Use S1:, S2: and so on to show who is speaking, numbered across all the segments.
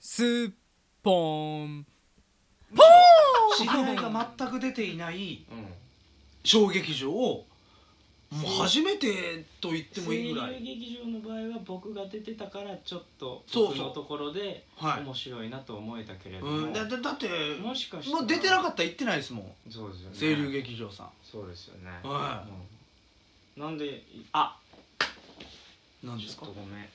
S1: スッポーン
S2: 知り合いが全く出ていない
S3: うん
S2: 小劇場をもう初めてと言ってもいいぐら
S3: 声
S2: い
S3: 優劇場の場合は僕が出てたからちょっと
S2: そうそう
S3: 僕のところで
S2: はい、
S3: 面白いなと思えたけれども、
S2: うん、だだだって
S3: もしかして
S2: もう出てな
S3: っ
S2: かったら行ってないですもん
S3: たそうですよね
S2: 清流劇場さ
S3: そうですよね、
S2: は
S3: うんなんでいあ
S2: ん何で
S3: ち
S2: す
S3: ょ
S2: か
S3: っとごめん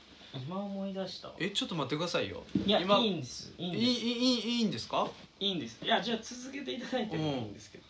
S3: 今思い出したわ
S2: えちょっと待ってくださいよ
S3: いや
S2: 今
S3: いいんですいいん
S2: いい
S3: です
S2: い
S3: い
S2: いいいいんですか
S3: いんですいやじゃあ続けていただいてもいいんですけど、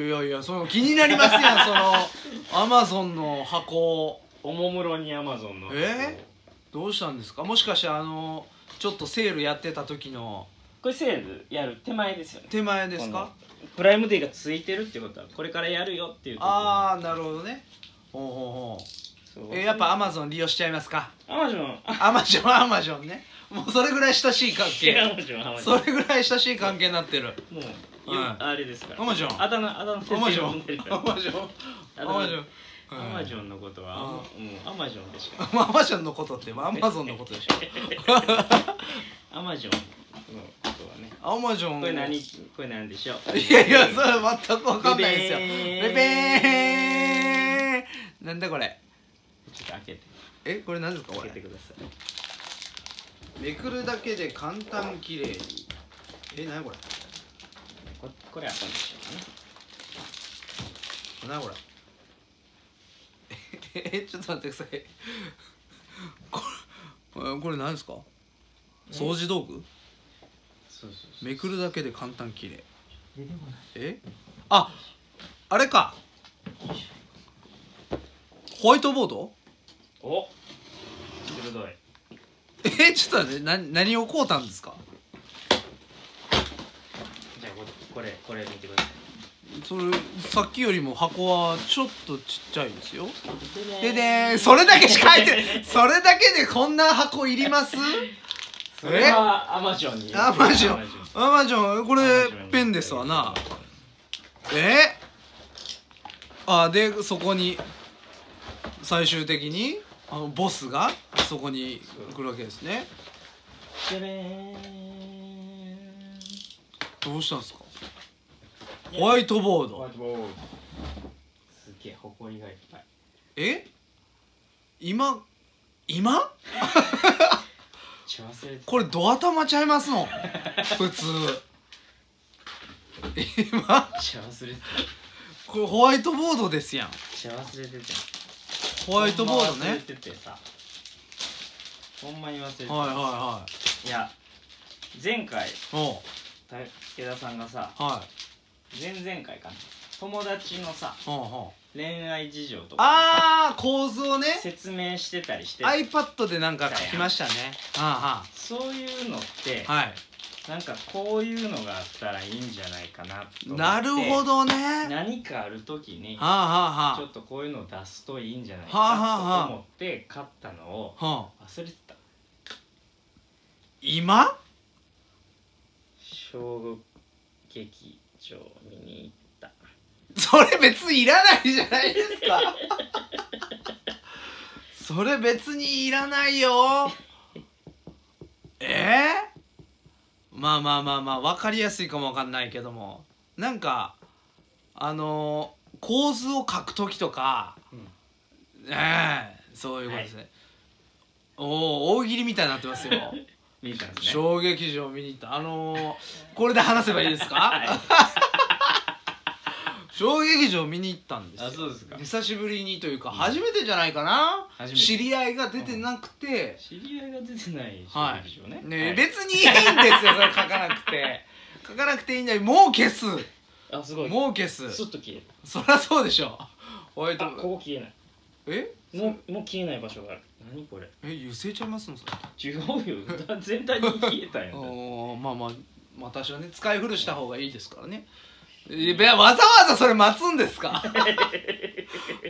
S2: いやいやその気になりますやんそ のアマゾンの箱
S3: おもむろにアマゾンの
S2: えどうしたんですかもしかしてあのちょっとセールやってた時の
S3: これセールやる手前ですよね
S2: 手前ですか
S3: このプライムデーがついてるってことはこれからやるよっていうところ
S2: ああなるほどねほうほ
S3: そうう
S2: ほうえやっぱアマゾン利用しちゃいますか
S3: アマゾン
S2: アマジョンアマジョンねも うそれぐらい親しい関
S3: ア
S2: 係
S3: マゾンアマゾン
S2: それぐらい親しい関係になってる
S3: もう、
S2: はい
S3: あれですから
S2: アマジョン
S3: あだ名あだ名
S2: アマジョ
S3: 呼んでるか
S2: ン
S3: ら
S2: アマジョンアマジョン
S3: アマジ
S2: ン
S3: ョンのことは、
S2: うん
S3: もうアマジョンでしか
S2: アマジョンのことってまあアマゾンのことでしょ
S3: アマジョンのことはね
S2: アマジョン
S3: これ何これ何でしょう
S2: いやいやそれ全くわかんないですよ
S3: ベベー
S2: ベベーンなんだこれ
S3: ちょっと開けて
S2: えこれ何ですかこ
S3: 開
S2: れ
S3: けてください
S2: めくるだけで簡単綺麗にえ何これ
S3: ここれあったんでしょうかね
S2: 何これ え えちょっと待ってくださいこれえこれ何ですか掃除道具
S3: そうそうそう
S2: めくるだけで簡単綺麗
S3: 出てこない
S2: えああれかホワイトボード
S3: お鋭い
S2: えちょっと待ってな何をこうたんですか
S3: じゃあここれこれ見てくださ
S2: それさっきよりも箱はちょっとちっちゃいですよ
S3: い
S2: ででーんそれだけしか入ってないそれだけでこんな箱いります
S3: それはアマジョンに
S2: アマジョンアマジョンこ
S3: こ
S2: れペンですわなえあでそこに最終的にあのボスがそこに来るわけですね
S3: ででーん
S2: どうしたんですかホワイトボー
S3: ホワ
S2: ド
S3: イトボードすげえ埃がいっぱい
S2: え今今
S3: 血忘れて
S2: これドア玉ちゃいますの普通今
S3: た血忘れて
S2: これホワイトボードですやん
S3: た血忘れてた
S2: ホワイトボード
S3: ほんま忘れ
S2: ね
S3: ててさほんまに忘れてた、、
S2: はいはい
S3: や前回
S2: いはいおう
S3: 武田さんがさ
S2: はい
S3: 前々回かな友達のさ
S2: ほうほう
S3: 恋愛事情とか
S2: あー構図をね
S3: さ説明してたりして
S2: iPad でなんか書きましたねあ
S3: そういうのって
S2: あはあは
S3: なんかこういうのがあったらいいんじゃないかなと
S2: い
S3: 思って
S2: なるほどねは
S3: 何かある時に
S2: あはあ
S3: ちょ
S2: は
S3: っとこういうのを出すといいんじゃない
S2: はあはあは
S3: か
S2: あ
S3: と思って買ったのを
S2: あはあ
S3: 忘れてた
S2: 今
S3: 小劇場見に行った
S2: それ別にいらないじゃないですか それ別にいらないよえー、まあまあまあまあ分かりやすいかも分かんないけどもなんかあのー構図を書く時とか、ねえそういうことですね、おお大喜利みたいになってますよ
S3: 見たん ですね
S2: 小劇場見に行ったあのーこれで話せばいいですか、
S3: はい
S2: 小劇場見に行ったんですよ
S3: あそうですか
S2: 久しぶりにというか初めてじゃないかな
S3: 初めて
S2: 知り合いが出てなくて、
S3: 知り合いが出てない
S2: は
S3: 小劇場ね,、
S2: い、ね別にいいんですよそれ書かなく て書かなくていいんだよもう消す
S3: あすごい
S2: もう消す
S3: スッと消える
S2: そりゃそうでしょホワイト
S3: あここ消えない
S2: え
S3: もうもう消えない場所がある何これ
S2: え油性ちゃいますのそれ
S3: 違うよ だ全体に消えたよ
S2: おーまあまあまあ私はね使い古した方がいいですからねいやわざわざそれ待つんです か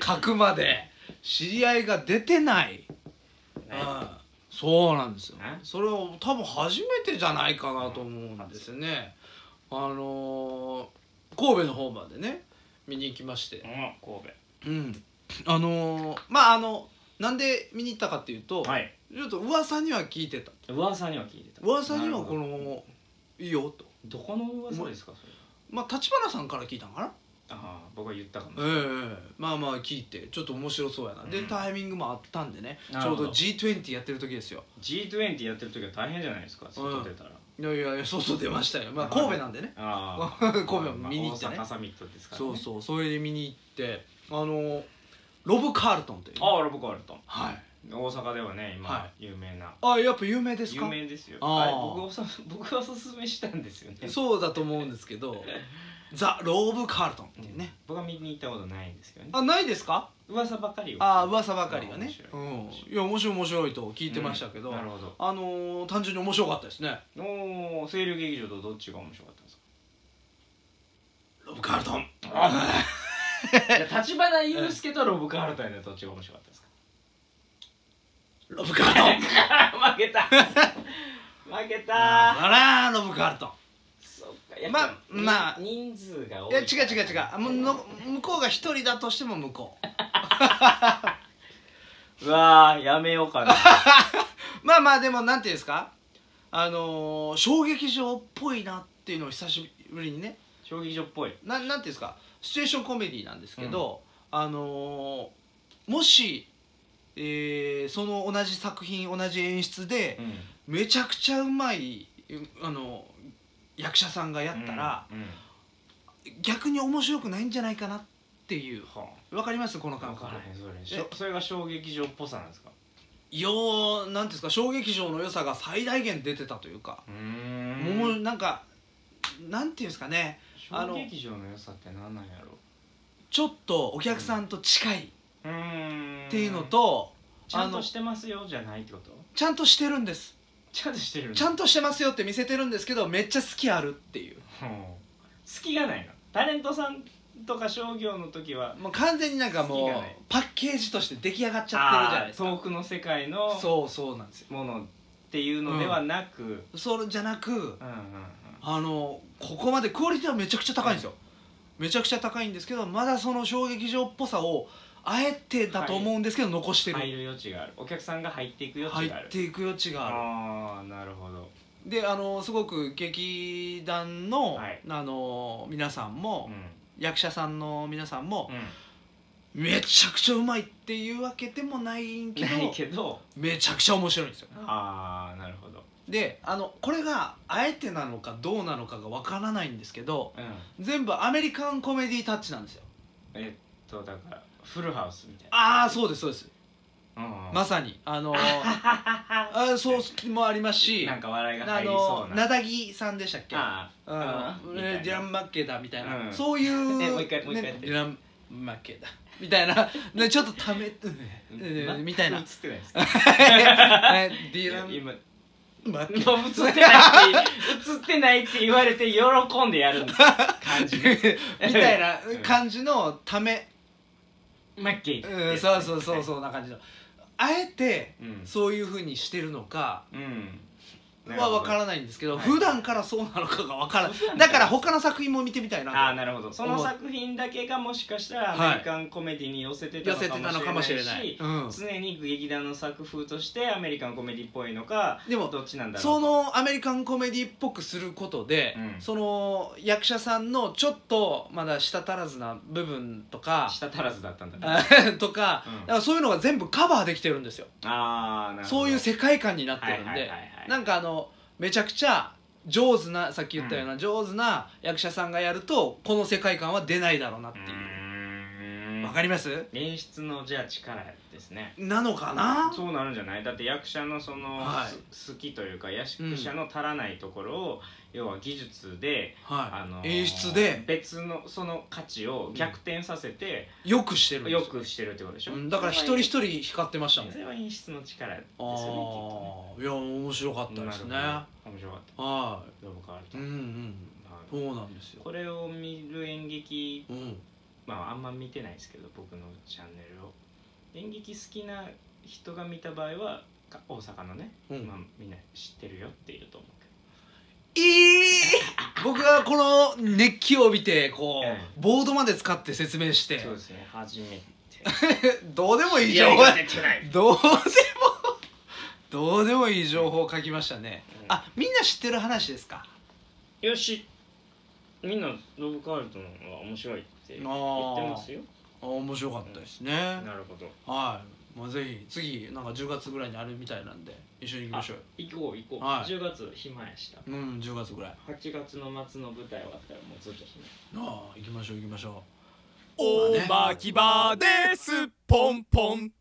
S2: 書くまで知り合いが出てない
S3: ね
S2: はいそうなんですよ
S3: ね
S2: それを多分初めてじゃないかなと思うんですよねあのー神戸の方までね見に行きまして
S3: うん神戸
S2: うんあのーまああのなんで見に行ったかっていうと、
S3: はい
S2: ちょっと噂には聞いてた
S3: 噂には聞いてた
S2: 噂にはこ
S3: なるほ
S2: のいいよと
S3: どどこの噂ですかそれ
S2: まあ立花さんから聞いたんかな
S3: ああ僕は言ったかも
S2: ええまあまあ聞いてちょっと面白そうやな、で
S3: うん
S2: タイミングもあったんでね
S3: な
S2: ち
S3: る
S2: ょう
S3: ほ
S2: ど
S3: ど
S2: G20 やってる時ですよ
S3: G20 やってる時は大変じゃないですか外出たら、
S2: いやいやいや外出ましたよまあ神戸なんでね
S3: あ
S2: 神戸も見に行ってね
S3: まあ大阪サミットですから、ね、
S2: そうそうそれで見に行ってあのロブ・カールトンという
S3: ああロボコアルトン
S2: はい
S3: 大阪ではね今、
S2: は
S3: 有名な
S2: あやっぱ有名です
S3: 有
S2: か
S3: 名ですよ
S2: あー
S3: あれ僕おさ僕がおす すめしたんですよね
S2: そうだと思うんですけ どザ・ローブ・カールトンって
S3: う
S2: い
S3: ん
S2: うね、
S3: 僕は見に行ったことないんですけどね
S2: あないですか
S3: 噂ばかりを
S2: ああ噂ばかりがね
S3: 面白い
S2: うんいや面白い面白いと聞いてましたけど、
S3: うんなるほど
S2: あのー単純に面白かったですね
S3: おお清流劇場とどっちが面白かったんですか
S2: ロブ・カールトン
S3: あ立花祐介とロブ・カールトンのどっちが面白かった ですか
S2: ロブ・カールトン
S3: 負けた負け
S2: あ
S3: た
S2: らロブ・カールトン
S3: そっかやっ
S2: ま
S3: ぱ
S2: まあ
S3: 人数が多い
S2: いや違う違う違うあもうの向こうが一人だとしても向こう
S3: うわーやめよ うかな
S2: まあまあでもなんていうんですかあのー、小劇場っぽいなっていうのを久しぶりにね
S3: 衝撃場っぽい
S2: ななんていうんですかシチュエーションコメディなんですけど、あのーもし、えーその同じ作品同じ演出で
S3: うん
S2: めちゃくちゃうまい、あの役者さんがやったら、
S3: うんうん
S2: 逆に面白くないんじゃないかなっていう
S3: はあ
S2: わかりますこの感
S3: わ
S2: 覚
S3: からへんそれしょそれが小劇場っぽさなんですか
S2: いやーなんていうんですか小劇場の良さが最大限出てたというか、
S3: うー
S2: もうなんかなんていうんですかねあの
S3: 小劇場の良さって何なんやろ
S2: ちょっとお客さんと近いっ
S3: うーん
S2: ていうのと、
S3: ちゃん
S2: あの
S3: としてますよじゃないってこと
S2: ちゃんとしてるんです
S3: ちゃんとしてるの
S2: ちゃんとしてますよって見せてるんですけどめっちゃ好きあるっていう
S3: うん隙がないなタレントさんとか商業の時は
S2: もう完全になんかもう
S3: 好きがない
S2: パッケージとして出来上がっちゃってるじゃないです
S3: あー
S2: か
S3: 遠くの世界の
S2: そうそうなんですよ
S3: ものっていうのではなく、うん、うん
S2: それじゃなく
S3: うん
S2: あのここまでクオリティはめちゃくちゃ高いんですよ、めちゃくちゃ高いんですけどまだその衝撃場っぽさをあえてだと思うんですけど、残してる、
S3: 入る余地があるお客さんが入っていく余
S2: 入
S3: 地がある
S2: っていく余地がある
S3: ああーなるほど、
S2: であのすごく劇団の,、
S3: はい
S2: あの皆さん
S3: う
S2: も、
S3: ん
S2: 役者さんの皆さんも、
S3: う
S2: めちゃくちゃうまいっていうわけでもないん
S3: ん、
S2: けど
S3: ないけど
S2: めちゃくちゃ面白いんですよ
S3: ああなるほど、
S2: であのこれがあえてなのかどうなのかがわからないんですけど
S3: うん、
S2: 全部アメリカンコメディタッチなんですよ
S3: えっとだからフルハウスみたいな
S2: ああそうですそうです
S3: うんうん
S2: まさにあ のーあーそうもありますし
S3: なんか笑いが
S2: あ
S3: 入りそ
S2: の
S3: う
S2: ー
S3: な
S2: なだぎさんでしたっけ
S3: あ
S2: あの
S3: うん
S2: えー
S3: み
S2: ディ
S3: たいな
S2: ラン・マッケだみたいな、
S3: うん
S2: そういう
S3: ねもう一回もう一回
S2: ね
S3: やって
S2: ディラン・マッケだみたいな、ね、ちょっとため、うん
S3: ー
S2: うん
S3: 全く
S2: みたいな
S3: 映
S2: ね
S3: ってないですか
S2: ディラン・
S3: 今
S2: マッケ
S3: 今映ってないって映ってないって言われて喜んでやる感じね
S2: みたいな感じのため、
S3: マッキー
S2: うん、そうそうそうそうな感じのあえて
S3: うん
S2: そういうふうにしてるのか
S3: うん
S2: は分からないんですけど、
S3: はい
S2: 普段からそうなのかが分から
S3: 普段
S2: な
S3: か
S2: いだ
S3: ら
S2: から他の作品も見てみたい
S3: ああ
S2: な
S3: なるほどその作品だけがもしかしたら
S2: はい
S3: アメリカンコメディに寄せて
S2: と寄せてた
S3: た
S2: の
S3: の
S2: か
S3: か
S2: も
S3: も
S2: し
S3: し
S2: れ
S3: れ
S2: な
S3: ないいし、
S2: うん、
S3: 常に劇団の作風としてアメリカンコメディっぽいのか
S2: でも
S3: どっちなんだろう
S2: そのアメリカンコメディっぽくすることで、
S3: うん
S2: その役者さんのちょっとまだ舌足らずな部分とか
S3: 下足らずだったんだね
S2: とか,、
S3: うん
S2: そういうのが全部カバーできてるんですよ
S3: ああなるほど
S2: そういう世界観になってるんで、
S3: はいはいはいはい
S2: なんかあのめちゃくちゃ上手なさっき言ったような、上手な役者さんがやるとこの世界観は出ないだろうなっていうう
S3: ーん
S2: わ、かります
S3: 演出のじゃあ力ですね
S2: なのかな
S3: そうなるんじゃないだって役者のその、
S2: はい
S3: す好きというか役者の足らないところを、要は技術で、
S2: は
S3: あの
S2: い、演出で
S3: 別のその価値を逆転させて、
S2: よくしてるんです
S3: よ
S2: よ
S3: くしてるってことでしょ、
S2: うんだから一人一人光ってましたもん
S3: それは演出の力です
S2: あ
S3: よねきっと
S2: あーいや面白かっ
S3: ね
S2: たですね
S3: なるほど面白かっ
S2: は
S3: たどうかある
S2: い
S3: と、
S2: うんうん
S3: はい
S2: そうなんですよ
S3: これを見る演劇
S2: うん
S3: まああんま見てないですけど僕のチャンネルを演劇好きな人が見た場合はか大阪のね、
S2: うん
S3: まあ、みんな知ってるよって言うと思うけど
S2: えー、僕がこの熱気を帯びてこ
S3: え
S2: うボードまで使って説明して
S3: そうですね初めて
S2: どうでもいい
S3: い
S2: 情
S3: やい
S2: 報
S3: や
S2: だ
S3: 出てない
S2: どうでも どうでもいい情報を書きましたね、
S3: うん
S2: あみんな知ってる話ですか
S3: よしみんなロブカールトンは面白いって言ってますよ
S2: あ面白かったですね、
S3: なるほど
S2: はいまあぜひ次なんか10月ぐらいにあるみたいなんで一緒に行きましょうよ
S3: 行こう行こう、
S2: はい
S3: 10月暇やした
S2: うん10月ぐらいあ
S3: 8月の末の舞台終わったらもうずっと暇
S2: あ行きましょう行きましょう
S1: おまき場です。ポンポン。